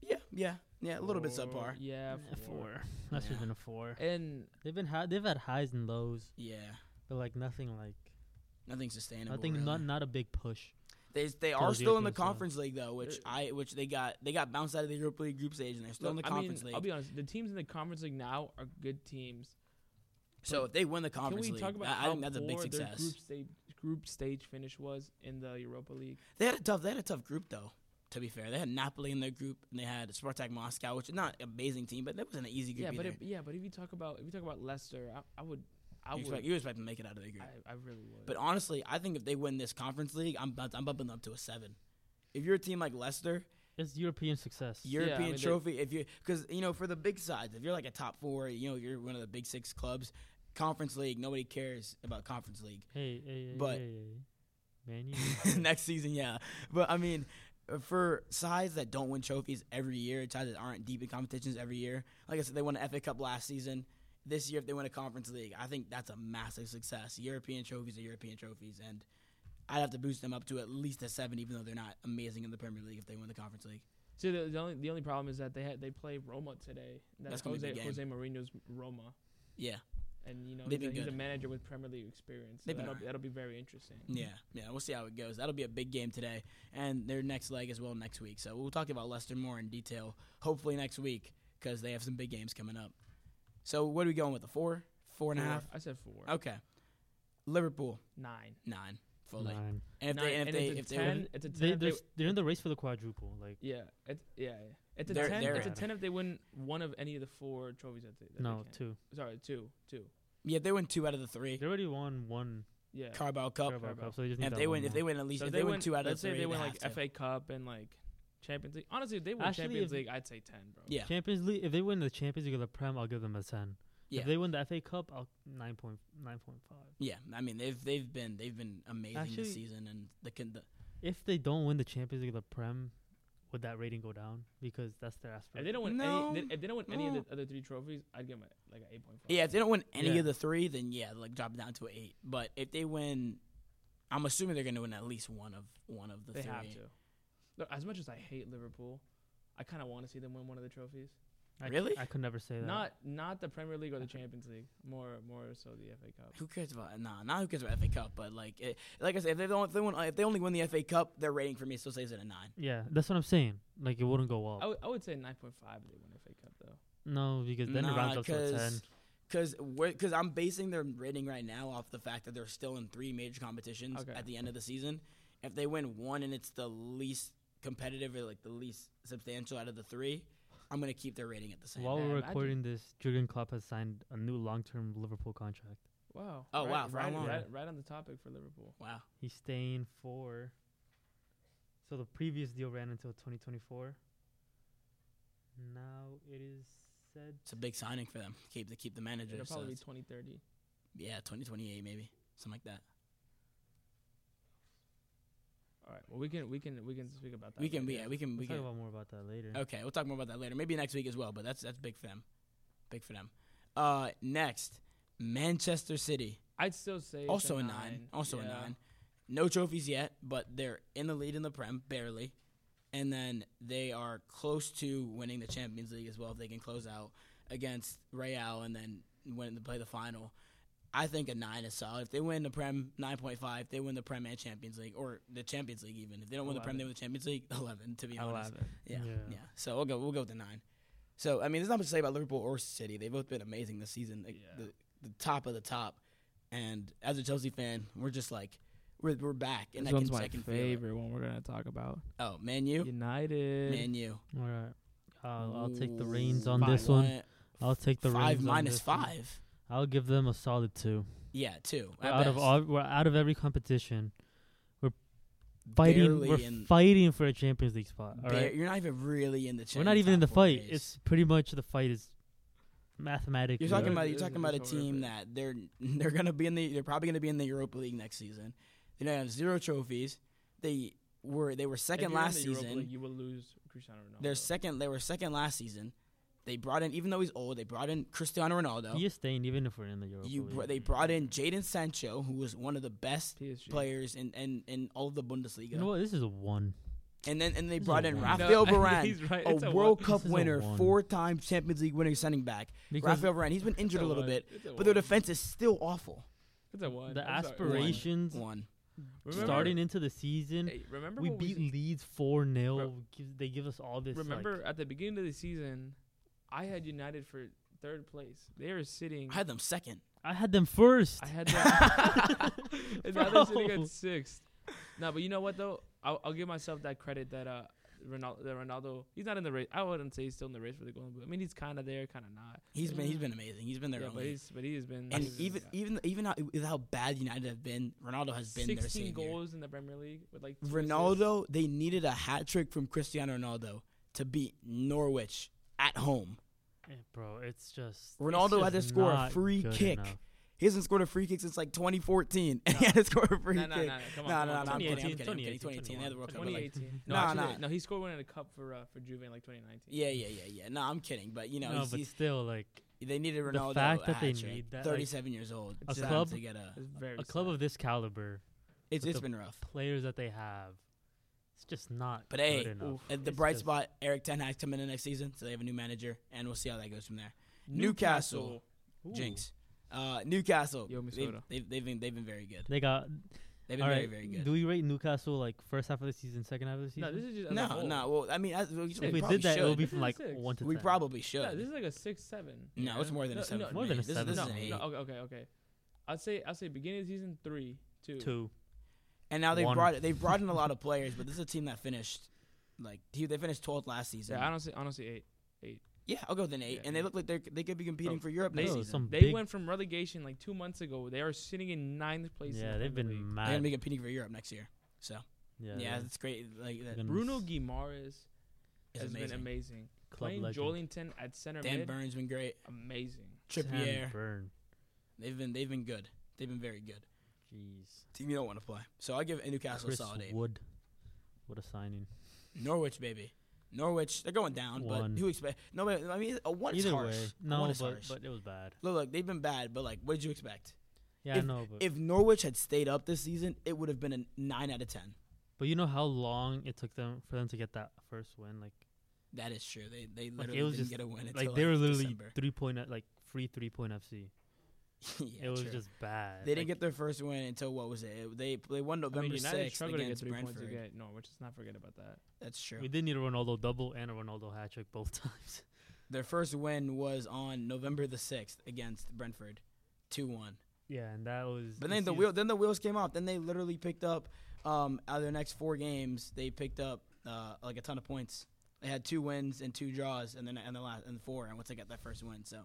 Speaker 1: Yeah, yeah, yeah. A little bit
Speaker 2: Four,
Speaker 1: subpar.
Speaker 2: Yeah,
Speaker 3: Yeah,
Speaker 2: four.
Speaker 3: Leicester's
Speaker 1: Yeah.
Speaker 3: been a four.
Speaker 2: And
Speaker 3: They've been high, they've had highs and lows,
Speaker 1: Yeah,
Speaker 3: but like nothing like
Speaker 1: nothing sustainable.
Speaker 3: nothing
Speaker 1: really.
Speaker 3: not not a big push.
Speaker 1: They they
Speaker 3: Told
Speaker 1: are
Speaker 3: you
Speaker 1: still in the
Speaker 3: against them.
Speaker 1: conference league though, which I which they got they got bounced out of the Europa League group stage and they're still in
Speaker 2: look,
Speaker 1: the conference
Speaker 2: I mean, I'll
Speaker 1: league.
Speaker 2: be honest. The teams in the conference league now are good teams.
Speaker 1: so if they win the
Speaker 2: Can
Speaker 1: conference
Speaker 2: we
Speaker 1: league,
Speaker 2: talk about
Speaker 1: I, I
Speaker 2: how
Speaker 1: think that's a big
Speaker 2: poor their
Speaker 1: success.
Speaker 2: group stage group stage finish was in the Europa League?
Speaker 1: They had a tough they had a tough group though. To be fair, they had Napoli in their group and they had Spartak Moscow, which is not an amazing team, but that wasn't an easy group.
Speaker 2: Yeah, but
Speaker 1: either.
Speaker 2: if, yeah, but if you talk about if you talk about Leicester, I, I would, I
Speaker 1: you expect
Speaker 2: would,
Speaker 1: you expect to make it out of their group.
Speaker 2: I, I really would.
Speaker 1: But honestly, I think if they win this conference league, I'm bu- I'm bumping them up to a seven. If you're a team like Leicester,
Speaker 3: It's European success.
Speaker 2: Yeah, I
Speaker 1: European
Speaker 2: mean, they-
Speaker 1: trophy. if you because you know for the big sides, if you're like a top four, you know you're one of the big six clubs. Conference league, nobody cares about conference league.
Speaker 3: Hey, hey, hey,
Speaker 1: But-
Speaker 3: hey, hey, hey. man, you
Speaker 1: Next season, yeah. But I mean, for sides that don't win trophies every year, sides that aren't deep in competitions every year, like I said, they won an FA Cup last season. This year, if they win a conference league, I think that's a massive success. European trophies are European trophies, and I'd have to boost them up to at least a seven, even though they're not amazing in the Premier League if they win the conference league.
Speaker 2: See, the, the only the only problem is that they had they play Roma today.
Speaker 1: That's
Speaker 2: That's
Speaker 1: gonna be a
Speaker 2: Jose
Speaker 1: big
Speaker 2: Jose Mourinho's Roma,
Speaker 1: Yeah,
Speaker 2: and you know
Speaker 1: They've
Speaker 2: he's a,
Speaker 1: been
Speaker 2: he's a
Speaker 1: good.
Speaker 2: manager with Premier League experience. So
Speaker 1: They've been
Speaker 2: that'll,
Speaker 1: alright.
Speaker 2: that'll be very interesting.
Speaker 1: Yeah, yeah, we'll see how it goes. That'll be a big game today, and their next leg as well next week. So we'll talk about Leicester more in detail, hopefully next week, because they have some big games coming up. So what are we going with? A four, four and a
Speaker 2: Four.
Speaker 1: half?
Speaker 2: I said four.
Speaker 1: Okay. Liverpool
Speaker 2: nine.
Speaker 1: nine fully,
Speaker 3: nine.
Speaker 1: and if
Speaker 2: Nine,
Speaker 1: they and if
Speaker 2: and
Speaker 1: they
Speaker 2: it's a
Speaker 1: if they
Speaker 2: ten.
Speaker 1: win,
Speaker 2: it's a ten.
Speaker 3: They,
Speaker 2: if
Speaker 3: they're,
Speaker 2: they,
Speaker 3: s- they're in the race for the quadruple. Like
Speaker 2: yeah, it's yeah, yeah. It's a
Speaker 1: They're-
Speaker 2: 10
Speaker 1: they're
Speaker 2: it's a
Speaker 3: at it.
Speaker 2: ten if they win one of any of the four trophies that they. That they
Speaker 3: no,
Speaker 2: can.
Speaker 3: two.
Speaker 2: Sorry, two, two.
Speaker 1: yeah, if they win two out of the three,
Speaker 3: They already won one
Speaker 2: Yeah.
Speaker 1: Carabao Cup.
Speaker 3: Carabao
Speaker 2: Carabao.
Speaker 3: Cup, so they just
Speaker 1: And Oh, if
Speaker 3: need that
Speaker 1: they
Speaker 3: one
Speaker 1: win, if
Speaker 3: more.
Speaker 1: they win at least, if they win two out of
Speaker 2: let's
Speaker 1: the
Speaker 2: say
Speaker 1: three,
Speaker 2: they win
Speaker 1: have
Speaker 2: like
Speaker 1: to.
Speaker 2: FA Cup and like Champions League. Honestly, if they win
Speaker 3: Actually,
Speaker 2: Champions
Speaker 3: if-
Speaker 2: League, I'd say ten, bro.
Speaker 1: Yeah,
Speaker 3: Champions League, if they win the Champions League or the Prem, I'll give them a ten.
Speaker 1: Yeah.
Speaker 3: If they win the FA Cup, I'll nine point nine point five.
Speaker 1: yeah. I mean, they've they've been they've been amazing
Speaker 3: Actually-
Speaker 1: this season, and the, con- the
Speaker 3: If they don't win the Champions League or the Prem, would that rating go down? Because that's their aspiration.
Speaker 2: If they don't win
Speaker 1: No.
Speaker 2: any, if they don't win any of
Speaker 1: No.
Speaker 2: the other three trophies, I'd give them a, like an eight point five.
Speaker 1: Yeah, if they don't win any
Speaker 3: Yeah.
Speaker 1: of the three, then yeah, like drop it down to an eight. But if they win I'm assuming they're going to win at least one of one of the
Speaker 2: they
Speaker 1: three.
Speaker 2: have to. Look, as much as I hate Liverpool, I kind of want to see them win one of the trophies.
Speaker 3: I c-
Speaker 1: Really?
Speaker 3: I could never say that.
Speaker 2: Not not the Premier League or the Champions League. More more so the FA Cup.
Speaker 1: Who cares about nah? Not who cares about FA Cup, but like, it, like I said, if they don't, if they, won, if they only win the FA Cup, their rating for me still stays at a nine.
Speaker 3: Yeah, that's what I'm saying. Like it wouldn't go
Speaker 2: I
Speaker 1: Oh.
Speaker 3: up.
Speaker 2: would- I would say 9.5 they win FA Cup though.
Speaker 3: no, because then
Speaker 1: Nah,
Speaker 3: it rounds up to a
Speaker 1: 'cause
Speaker 3: ten.
Speaker 1: Because because I'm basing their rating right now off the fact that they're still in three major competitions
Speaker 2: Okay.
Speaker 1: at the end of the season. If they win one and it's the least competitive or like the least substantial out of the three, I'm gonna keep their rating at the same.
Speaker 3: While
Speaker 2: man,
Speaker 3: we're
Speaker 2: imagine.
Speaker 3: recording this, Jurgen Klopp has signed a new long-term Liverpool contract.
Speaker 2: Wow.
Speaker 1: Oh,
Speaker 2: right,
Speaker 1: wow, for how
Speaker 2: Right,
Speaker 1: long?
Speaker 2: right, right on the topic for Liverpool.
Speaker 1: wow,
Speaker 3: He's staying for. So the previous deal ran until 2024. Now it is said.
Speaker 1: it's a big signing for them. Keep the keep the manager.
Speaker 2: It'll
Speaker 1: so
Speaker 2: probably be
Speaker 1: it's-
Speaker 2: 2030.
Speaker 1: yeah, 2028 maybe something like that.
Speaker 2: All right. Well, we can we can we can speak about that.
Speaker 1: we can
Speaker 2: later.
Speaker 1: yeah we can
Speaker 3: We'll
Speaker 1: we
Speaker 3: talk
Speaker 1: can
Speaker 3: about more about that later.
Speaker 1: Okay, we'll talk more about that later. Maybe next week as well, but that's that's big for them. Big for them. Uh next, Manchester City.
Speaker 2: I'd still say it's
Speaker 1: Also a
Speaker 2: a
Speaker 1: nine. Also a
Speaker 2: Yeah.
Speaker 1: nine. No trophies yet, but they're in the lead in the Prem, barely. And then they are close to winning the Champions League as well if they can close out against Real and then win to play the final. I think a nine is solid. If they win the Prem, nine point five. If they win the Prem and Champions League, or the Champions League even. If they don't win the Prem, they win the Champions League. Eleven, to be
Speaker 2: I
Speaker 1: honest.
Speaker 2: love it.
Speaker 1: Yeah, yeah.
Speaker 3: Yeah.
Speaker 1: So we'll go. We'll go with the nine. So I mean, there's not much to say about Liverpool or City. They've both been amazing this season. Like,
Speaker 2: Yeah.
Speaker 1: The the top of the top. And as a Chelsea fan, we're just like we're we're back. And
Speaker 2: This
Speaker 1: I can,
Speaker 2: one's
Speaker 1: I
Speaker 2: my
Speaker 1: can feel it.
Speaker 2: favorite one we're gonna talk about.
Speaker 1: Oh, Man U,
Speaker 2: United.
Speaker 1: Man U.
Speaker 3: All right. I'll, I'll take the
Speaker 1: Ooh,
Speaker 3: reins on
Speaker 2: five.
Speaker 3: this one.
Speaker 1: One-
Speaker 3: I'll take the
Speaker 1: five
Speaker 3: reins on
Speaker 1: minus
Speaker 3: this one.
Speaker 1: five.
Speaker 3: I'll give them a solid two.
Speaker 1: Yeah, two.
Speaker 3: We're
Speaker 1: at
Speaker 3: out of
Speaker 1: best.
Speaker 3: all, we're out of every competition. We're fighting.
Speaker 1: Barely
Speaker 3: we're
Speaker 1: in-
Speaker 3: fighting for a Champions League spot. All
Speaker 1: Ba-
Speaker 3: right.
Speaker 1: You're not even really in the.
Speaker 3: We're
Speaker 1: Champions
Speaker 3: not even in the
Speaker 1: top four
Speaker 3: fight.
Speaker 1: race.
Speaker 3: It's pretty much the fight is mathematically.
Speaker 1: You're talking
Speaker 2: Yeah,
Speaker 1: about
Speaker 2: it
Speaker 1: you're
Speaker 2: is-
Speaker 1: talking
Speaker 2: it
Speaker 1: about a
Speaker 2: is horrific.
Speaker 1: team that they're they're gonna be in the they're probably gonna be in the Europa League next season. They now have zero trophies. They were they were
Speaker 2: If
Speaker 1: second
Speaker 2: you're in
Speaker 1: last
Speaker 2: the Europa
Speaker 1: season.
Speaker 2: League, you will lose Cristiano Ronaldo.
Speaker 1: They're second. They were second last season. They brought in even though he's old. They brought in Cristiano Ronaldo.
Speaker 3: He is staying even if we're in the Europa
Speaker 1: you
Speaker 3: League.
Speaker 1: br- they brought in Jaden Sancho, who was one of the best
Speaker 2: PSG.
Speaker 1: players in, in, in all of the Bundesliga.
Speaker 3: You know what? This is a one.
Speaker 1: and then and they
Speaker 3: This is
Speaker 1: brought
Speaker 3: a
Speaker 1: in
Speaker 3: one.
Speaker 1: Rafael
Speaker 2: No,
Speaker 1: Varane,
Speaker 2: he's right,
Speaker 1: a
Speaker 2: it's a
Speaker 1: World
Speaker 2: one.
Speaker 1: Cup
Speaker 3: This is a
Speaker 1: winner,
Speaker 3: one.
Speaker 1: four-time Champions League winning center back.
Speaker 3: Because
Speaker 1: Rafael Varane, he's been injured a little
Speaker 2: one.
Speaker 1: bit,
Speaker 2: It's a
Speaker 1: but their
Speaker 2: one.
Speaker 1: defense is still awful.
Speaker 2: It's a one.
Speaker 3: the
Speaker 2: I'm sorry.
Speaker 3: aspirations
Speaker 1: One.
Speaker 2: Remember-
Speaker 3: starting into the season,
Speaker 2: Hey, remember
Speaker 3: we
Speaker 2: what we
Speaker 3: beat Leeds four 0 They give us all this. like-
Speaker 2: Remember at the beginning of the season, I had United for third place. They are sitting.
Speaker 1: I had them second.
Speaker 3: I had them first.
Speaker 2: I had that. and now they're sitting
Speaker 3: Bro.
Speaker 2: at sixth. No, but you know what though? I'll, I'll give myself that credit that uh, Ronaldo, that Ronaldo, he's not in the race. I wouldn't say he's still in the race for the Golden Boot. I mean, he's kind of there, kind of not.
Speaker 1: He's been he's been amazing. He's been their
Speaker 2: Yeah, but
Speaker 1: only.
Speaker 2: he's but he has been.
Speaker 1: And
Speaker 2: he's been-
Speaker 1: even even even how, with how bad United have been, Ronaldo has been their
Speaker 2: 16
Speaker 1: savior.
Speaker 2: goals in the Premier League with like two assists.
Speaker 1: Ronaldo, they needed a hat trick from Cristiano Ronaldo to beat Norwich at home.
Speaker 3: Eh, bro, it's just
Speaker 1: Ronaldo
Speaker 3: it's
Speaker 1: had to
Speaker 3: just
Speaker 1: score a
Speaker 3: not
Speaker 1: free
Speaker 3: good
Speaker 1: kick.
Speaker 3: enough.
Speaker 1: He hasn't scored a free kick since like 2014, and he had to score a free
Speaker 2: No, no, no,
Speaker 1: kick.
Speaker 2: no, come on,
Speaker 1: No,
Speaker 2: come
Speaker 1: no,
Speaker 2: on,
Speaker 1: no, I'm kidding, I'm
Speaker 3: 2018,
Speaker 1: kidding, I'm kidding.
Speaker 3: 2018,
Speaker 1: 2018, they had the World Cup, but, like,
Speaker 2: 2018. No,
Speaker 1: Nah,
Speaker 2: actually,
Speaker 1: nah.
Speaker 2: no, he scored one in a cup for uh, for Juve in like 2019.
Speaker 1: yeah, yeah, yeah, yeah. No, I'm kidding, but you know,
Speaker 3: no,
Speaker 1: he's,
Speaker 3: but
Speaker 1: he's-
Speaker 3: still, like
Speaker 1: they needed Ronaldo
Speaker 3: fact
Speaker 1: a
Speaker 3: that they
Speaker 1: hat trick.
Speaker 3: need that, like,
Speaker 1: 37 years old,
Speaker 2: a
Speaker 1: It's time
Speaker 3: club-
Speaker 1: to get a.
Speaker 2: It's very
Speaker 3: a club
Speaker 2: sad.
Speaker 3: of this caliber,
Speaker 1: It's
Speaker 3: with
Speaker 1: it's
Speaker 3: the-
Speaker 1: been rough.
Speaker 3: players that they have, it's just not
Speaker 1: But,
Speaker 3: good
Speaker 1: hey,
Speaker 3: enough.
Speaker 2: oof.
Speaker 1: And Uh, the
Speaker 3: It's
Speaker 1: bright
Speaker 3: just-
Speaker 1: spot, Eric Ten Hag's coming in next season, so they have a new manager, and we'll see how that goes from there. Newcastle.
Speaker 3: Ooh.
Speaker 1: Jinx. Uh, Newcastle.
Speaker 2: Yo, Miss
Speaker 1: they've,
Speaker 2: Soda.
Speaker 1: they've, they've been they've been very good.
Speaker 3: They got
Speaker 1: They've been
Speaker 3: all
Speaker 1: very
Speaker 3: right.
Speaker 1: very good.
Speaker 3: Do we rate Newcastle like first half of the season, second half of the season?
Speaker 2: No, this is just as a
Speaker 1: no,
Speaker 2: whole.
Speaker 1: no. Well, I mean, as, we,
Speaker 2: If
Speaker 3: if
Speaker 1: we
Speaker 3: we
Speaker 1: probably
Speaker 3: did that, it would
Speaker 1: should.
Speaker 3: be
Speaker 2: This
Speaker 3: from
Speaker 2: is a
Speaker 3: like
Speaker 2: six.
Speaker 3: one to
Speaker 1: we
Speaker 3: ten.
Speaker 1: probably should.
Speaker 2: No, this is like a six seven.
Speaker 1: No, it's more than a seven.
Speaker 2: No,
Speaker 1: for
Speaker 3: More
Speaker 1: me.
Speaker 3: than a
Speaker 1: This is-
Speaker 3: seven.
Speaker 1: This,
Speaker 2: no,
Speaker 1: is an eight.
Speaker 2: no, okay, okay, okay. I'd say I'd say beginning of season three, two.
Speaker 3: two.
Speaker 1: And now they
Speaker 3: One.
Speaker 1: brought they brought in a lot of players, but this is a team that finished like he- they finished 12th last season.
Speaker 2: Yeah, honestly, honestly eight.
Speaker 1: Yeah, I'll go with an eight.
Speaker 2: Yeah.
Speaker 1: and they look like they they could be competing
Speaker 2: Bro,
Speaker 1: for Europe
Speaker 2: they-
Speaker 1: next
Speaker 3: Bro,
Speaker 1: season.
Speaker 3: Oh, some
Speaker 2: They
Speaker 3: Mm, big-
Speaker 2: went from relegation like two months ago. They are sitting in ninth place. in
Speaker 3: Yeah,
Speaker 2: the
Speaker 3: they've
Speaker 2: Premier
Speaker 3: been
Speaker 2: League.
Speaker 1: They're gonna
Speaker 3: mad.
Speaker 1: be competing for Europe next year. So
Speaker 3: Yeah,
Speaker 1: yeah,
Speaker 3: they're
Speaker 1: it's great. Like that
Speaker 3: gonna be
Speaker 2: Bruno
Speaker 3: s-
Speaker 2: Guimaraes
Speaker 1: is
Speaker 2: has
Speaker 1: amazing.
Speaker 2: been amazing.
Speaker 3: club
Speaker 2: Playing
Speaker 3: legend.
Speaker 2: Jolinton at center
Speaker 1: Dan
Speaker 2: mid,
Speaker 1: Burns been great.
Speaker 2: amazing.
Speaker 1: Trippier.
Speaker 3: Burn.
Speaker 1: They've been they've been good. They've been very good.
Speaker 3: Jeez.
Speaker 1: Team you don't want to play. So I give Newcastle
Speaker 3: Chris
Speaker 1: a solid eh? eight.
Speaker 3: Wood. What a signing.
Speaker 1: Norwich, baby. Norwich, they're going down,
Speaker 3: One.
Speaker 1: but who expect? No, but I mean, a one is
Speaker 3: Either
Speaker 1: harsh.
Speaker 3: way,
Speaker 1: a
Speaker 3: no,
Speaker 1: one is
Speaker 3: but
Speaker 1: harsh.
Speaker 3: but it was bad.
Speaker 1: Look, look, they've been bad, but like, what did you expect?
Speaker 3: Yeah, I know, but
Speaker 1: If Norwich had stayed up this season, it would have been a nine out of ten.
Speaker 3: but you know how long it took them for them to get that first win. Like
Speaker 1: That is true. They they
Speaker 3: Like, it
Speaker 1: literally
Speaker 3: was
Speaker 1: didn't
Speaker 3: just-
Speaker 1: get a win until
Speaker 3: like they were literally
Speaker 1: December.
Speaker 3: three point uh, like free three point FC.
Speaker 1: yeah,
Speaker 3: it was
Speaker 1: true.
Speaker 3: just bad.
Speaker 1: they didn't
Speaker 3: Like,
Speaker 1: get their first win until what was it? It- They they won
Speaker 2: I mean,
Speaker 1: November
Speaker 2: United
Speaker 1: sixth
Speaker 2: struggled to get
Speaker 1: against
Speaker 2: three points
Speaker 1: Brentford.
Speaker 2: against Norwich. Let's not forget about that.
Speaker 1: That's true.
Speaker 3: We did need a Ronaldo double and a Ronaldo hat trick both times.
Speaker 1: Their first win was on November the sixth against Brentford, two one.
Speaker 3: Yeah, and that was.
Speaker 1: But then the
Speaker 3: season-
Speaker 1: wheel then the wheels came off. Then they literally picked up um, out of their next four games, they picked up uh, like a ton of points. They had two wins and two draws, and then and the last and four. And once they got that first win, so.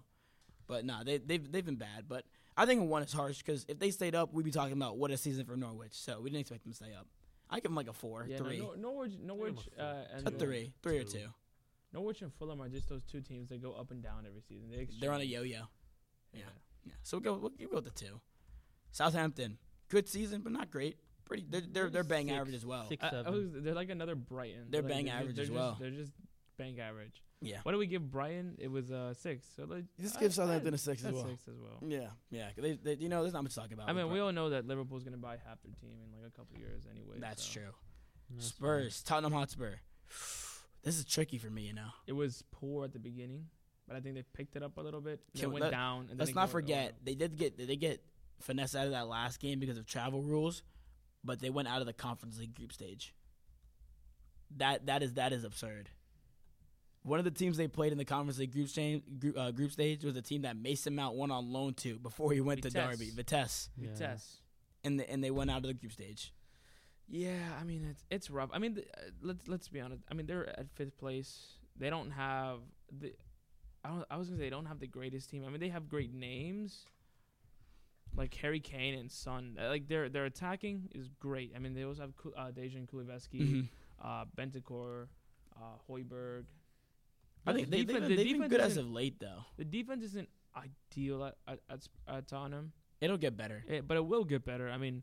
Speaker 1: But nah, they they've they've been bad. But I think one is harsh because if they stayed up, we'd be talking about what a season for Norwich. So we didn't expect them to stay up. I give them like a four,
Speaker 2: Yeah, no,
Speaker 1: three,
Speaker 2: Nor- Norwich, Norwich,
Speaker 3: four.
Speaker 2: uh, and
Speaker 1: a
Speaker 2: uh,
Speaker 1: three, three or
Speaker 3: Two.
Speaker 1: two.
Speaker 2: Norwich and Fulham are just those two teams that go up and down every season. They
Speaker 1: They're on a
Speaker 2: exchange.
Speaker 1: yo-yo. Yeah. Yeah. So we'll go. We'll, we'll go with the two. Southampton, good season, but not great. Pretty. They're they're, they're bang
Speaker 3: Six-
Speaker 1: average as well.
Speaker 3: six,
Speaker 2: I- I
Speaker 3: seven.
Speaker 2: was- they're like another Brighton.
Speaker 1: They're
Speaker 2: like,
Speaker 1: bang
Speaker 2: just-
Speaker 1: average
Speaker 2: they're
Speaker 1: as
Speaker 2: just-
Speaker 1: well.
Speaker 2: They're just bang average.
Speaker 1: Yeah.
Speaker 2: What do we give Brighton? It was uh six. So like,
Speaker 1: This
Speaker 2: I-
Speaker 1: gives
Speaker 2: I-
Speaker 1: Southampton a six as
Speaker 2: that's
Speaker 1: well.
Speaker 2: Six as well.
Speaker 1: Yeah. Yeah. 'cause They, they, you know, there's not much to talk about.
Speaker 2: I
Speaker 1: with
Speaker 2: mean, we
Speaker 1: Brighton.
Speaker 2: all know that Liverpool's gonna buy half their team in like a couple years anyway.
Speaker 1: That's
Speaker 2: so.
Speaker 1: true.
Speaker 3: That's
Speaker 1: Spurs, Tottenham Hotspur. This is tricky for me, you know.
Speaker 2: It was poor at the beginning, but I think they picked it up a little bit. They
Speaker 1: Can-
Speaker 2: went
Speaker 1: let-
Speaker 2: down. And then
Speaker 1: Let's
Speaker 2: they
Speaker 1: not
Speaker 2: go- oh,
Speaker 1: forget they did get they did get finesse out of that last game because of travel rules, but they went out of the Conference League group stage. That that is that is absurd. One of the teams they played in the Conference League group stage, group, uh, group stage was a team that Mason Mount won on loan to before he went to
Speaker 2: Vitesse.
Speaker 1: Derby, Vitesse,
Speaker 3: fine. Yeah.
Speaker 2: Vitesse.
Speaker 1: and the, and they went out of the group stage.
Speaker 2: Yeah, I mean it's it's rough. I mean, th- uh, let's let's be honest. I mean they're at fifth place. They don't have the. I, don't, I was gonna say they don't have the greatest team. I mean they have great names, like Harry Kane and Son. Uh, Like their their attacking is great. I mean they also have Ku- uh, Dejan
Speaker 1: Mhm.
Speaker 2: Kuliveski, uh, Bentancur, uh, Hoiberg.
Speaker 1: I
Speaker 2: Yeah,
Speaker 1: think they, have
Speaker 2: defen- the
Speaker 1: been, they've been
Speaker 2: defense
Speaker 1: good as
Speaker 2: isn't-
Speaker 1: of late, though.
Speaker 2: The defense isn't ideal at at, at, Sp- at Tottenham.
Speaker 1: It'll get better,
Speaker 2: Eh, but it will get better. I mean,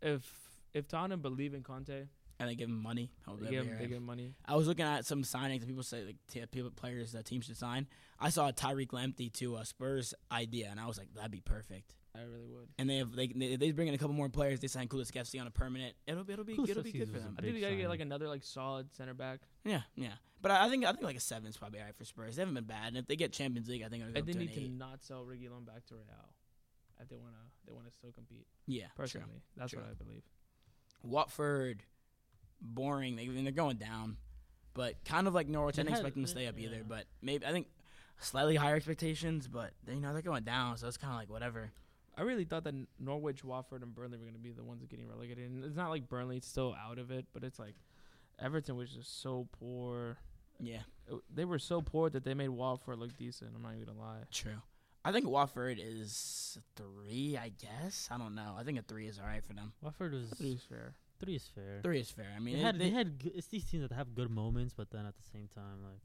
Speaker 2: if if Tottenham believe in Conte,
Speaker 1: and they give him money. Oh,
Speaker 2: they
Speaker 1: that'd
Speaker 2: give
Speaker 1: be
Speaker 2: him
Speaker 1: right.
Speaker 2: they give him money.
Speaker 1: I was looking at some signings that people say like t- people players that teams should sign. I saw a Tyreek Lamptey to a Spurs idea, and I was like, that'd be perfect.
Speaker 2: I really would.
Speaker 1: And they have they they, they bring in a couple more players. They sign Kulusevski on a permanent. It'll be it'll be it'll be
Speaker 3: Kulusevski's
Speaker 1: good for
Speaker 3: was a
Speaker 1: them.
Speaker 2: I think
Speaker 3: big
Speaker 2: we gotta get
Speaker 3: signing.
Speaker 2: like another like solid center back,
Speaker 1: Yeah, yeah. But I, I think I think like a seven's probably alright for Spurs. They haven't been bad, and if they get Champions League, I think it'll go
Speaker 2: and
Speaker 1: up
Speaker 2: they
Speaker 1: to an
Speaker 2: need to
Speaker 1: eight.
Speaker 2: not sell Reguilon back to Real if they wanna they wanna still compete.
Speaker 1: Yeah, true.
Speaker 2: Personally, that's
Speaker 1: True.
Speaker 2: what I believe.
Speaker 1: Watford, boring. They, I mean, they're going down, but kind of like Norwich.
Speaker 3: They
Speaker 1: I didn't
Speaker 3: had-
Speaker 1: expect them to
Speaker 3: they-
Speaker 1: stay up either,
Speaker 3: yeah.
Speaker 1: but maybe I think slightly higher expectations. But you know they're going down, so it's kind of like whatever.
Speaker 2: I really thought that Norwich, Watford, and Burnley were gonna be the ones getting relegated, and it's not like Burnley's still out of it, but it's like Everton was just so poor.
Speaker 1: Yeah.
Speaker 2: Uh, They were so poor that they made Watford look decent. I'm not even gonna lie.
Speaker 1: True. I think Wofford is three, I guess. I don't know. I think a three is all right for them.
Speaker 3: Watford was
Speaker 2: It was fair.
Speaker 3: three is fair.
Speaker 1: Three is fair. I mean,
Speaker 3: they
Speaker 1: it-
Speaker 3: had
Speaker 1: they-
Speaker 3: they had g- it's these teams that have good moments, but then at the same time like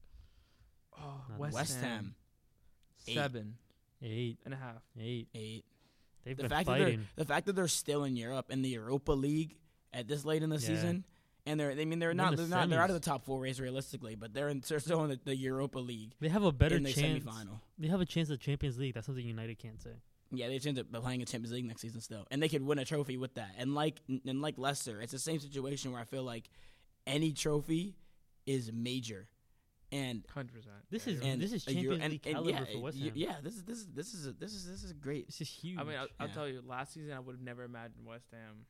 Speaker 2: Oh,
Speaker 3: Not
Speaker 2: West,
Speaker 1: West
Speaker 2: Ham,
Speaker 1: Ham eight.
Speaker 2: seven
Speaker 3: eight,
Speaker 2: and a half.
Speaker 3: eight.
Speaker 1: eight.
Speaker 3: They've
Speaker 1: The
Speaker 3: been
Speaker 1: fact, that they're,
Speaker 3: fighting.
Speaker 1: the fact that they're still in Europe in the Europa League at this late in the
Speaker 3: Yeah.
Speaker 1: season, and they're I mean they're
Speaker 3: in
Speaker 1: not
Speaker 3: the
Speaker 1: they're not they're out of
Speaker 3: semis.
Speaker 1: the top four race realistically, but they're in they're still in the, the Europa League
Speaker 3: They have a better
Speaker 1: in the
Speaker 3: chance.
Speaker 1: semifinal.
Speaker 3: They have a chance at Champions League. That's something United can't say.
Speaker 1: Yeah, they end up playing a Champions League next season still, and they could win a trophy with that. And like and like Leicester, it's the same situation where I feel like any trophy is major, and
Speaker 2: Hundred percent.
Speaker 3: This is
Speaker 1: and
Speaker 3: this is
Speaker 1: a Euro-
Speaker 3: Champions League caliber
Speaker 1: yeah,
Speaker 3: for
Speaker 1: y-
Speaker 3: West
Speaker 1: y-
Speaker 3: Ham.
Speaker 1: yeah, this is this is this is a, this is this is great.
Speaker 3: This is huge.
Speaker 2: I mean, I'll, I'll
Speaker 1: Yeah.
Speaker 2: tell you, last season I would have never imagined West Ham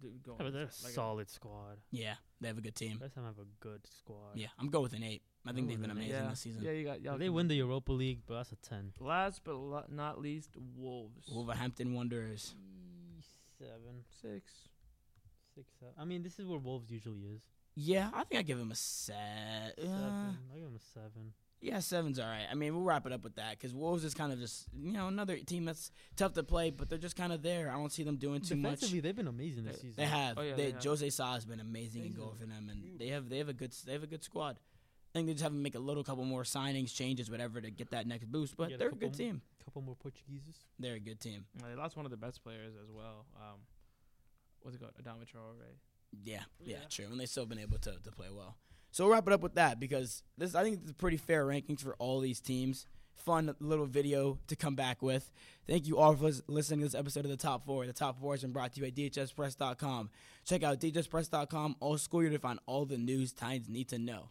Speaker 2: do- going.
Speaker 3: Yeah, but they're a
Speaker 2: to- like a-
Speaker 3: solid squad.
Speaker 1: Yeah, they have a good team.
Speaker 3: West Ham have a good squad.
Speaker 1: Yeah, I'm going with an eight. I think
Speaker 3: Ooh,
Speaker 1: they've been
Speaker 3: an eight.
Speaker 1: amazing
Speaker 2: yeah.
Speaker 1: this season.
Speaker 2: Yeah, you got. Y'all
Speaker 3: they
Speaker 2: can-
Speaker 3: win the Europa League, but that's a ten.
Speaker 2: Last but lo- not least, Wolves.
Speaker 1: Wolverhampton Wanderers.
Speaker 3: Seven,
Speaker 2: Six.
Speaker 3: six, seven. I mean, this is where Wolves usually is.
Speaker 1: Yeah, I think I give them a set. Uh,
Speaker 3: Seven. I give them a seven.
Speaker 1: yeah, seven's all right. I mean, we'll wrap it up with that because Wolves is kind of just you know another team that's tough to play, but they're just kind of there. I don't see them doing too much.
Speaker 3: Defensively, they've been amazing this
Speaker 2: They-
Speaker 3: season.
Speaker 1: They have.
Speaker 2: Oh, yeah,
Speaker 1: they,
Speaker 2: they have.
Speaker 1: Jose Sa has been amazing in
Speaker 3: He's
Speaker 1: goal
Speaker 3: been
Speaker 1: for them, and
Speaker 3: huge.
Speaker 1: they have they have a good they have a good squad. I think they just have to make a little couple more signings, changes, whatever, to get that next boost. But
Speaker 3: Get a
Speaker 1: they're a good
Speaker 3: couple-
Speaker 1: team.
Speaker 3: couple more Portugueses.
Speaker 1: They're a good team.
Speaker 2: Uh, They lost one of the best players as well. Um, what's it called? Adama Traore.
Speaker 1: Yeah, yeah,
Speaker 2: Yeah.
Speaker 1: true. And they've still been able to, to play well. So we'll wrap it up with that because this I think it's pretty fair rankings for all these teams. fun little video to come back with. Thank you all for lis- listening to this episode of The Top Four. The Top Four has been brought to you by DHSPress.com. Check out DHSPress.com all school year to find all the news Titans need to know.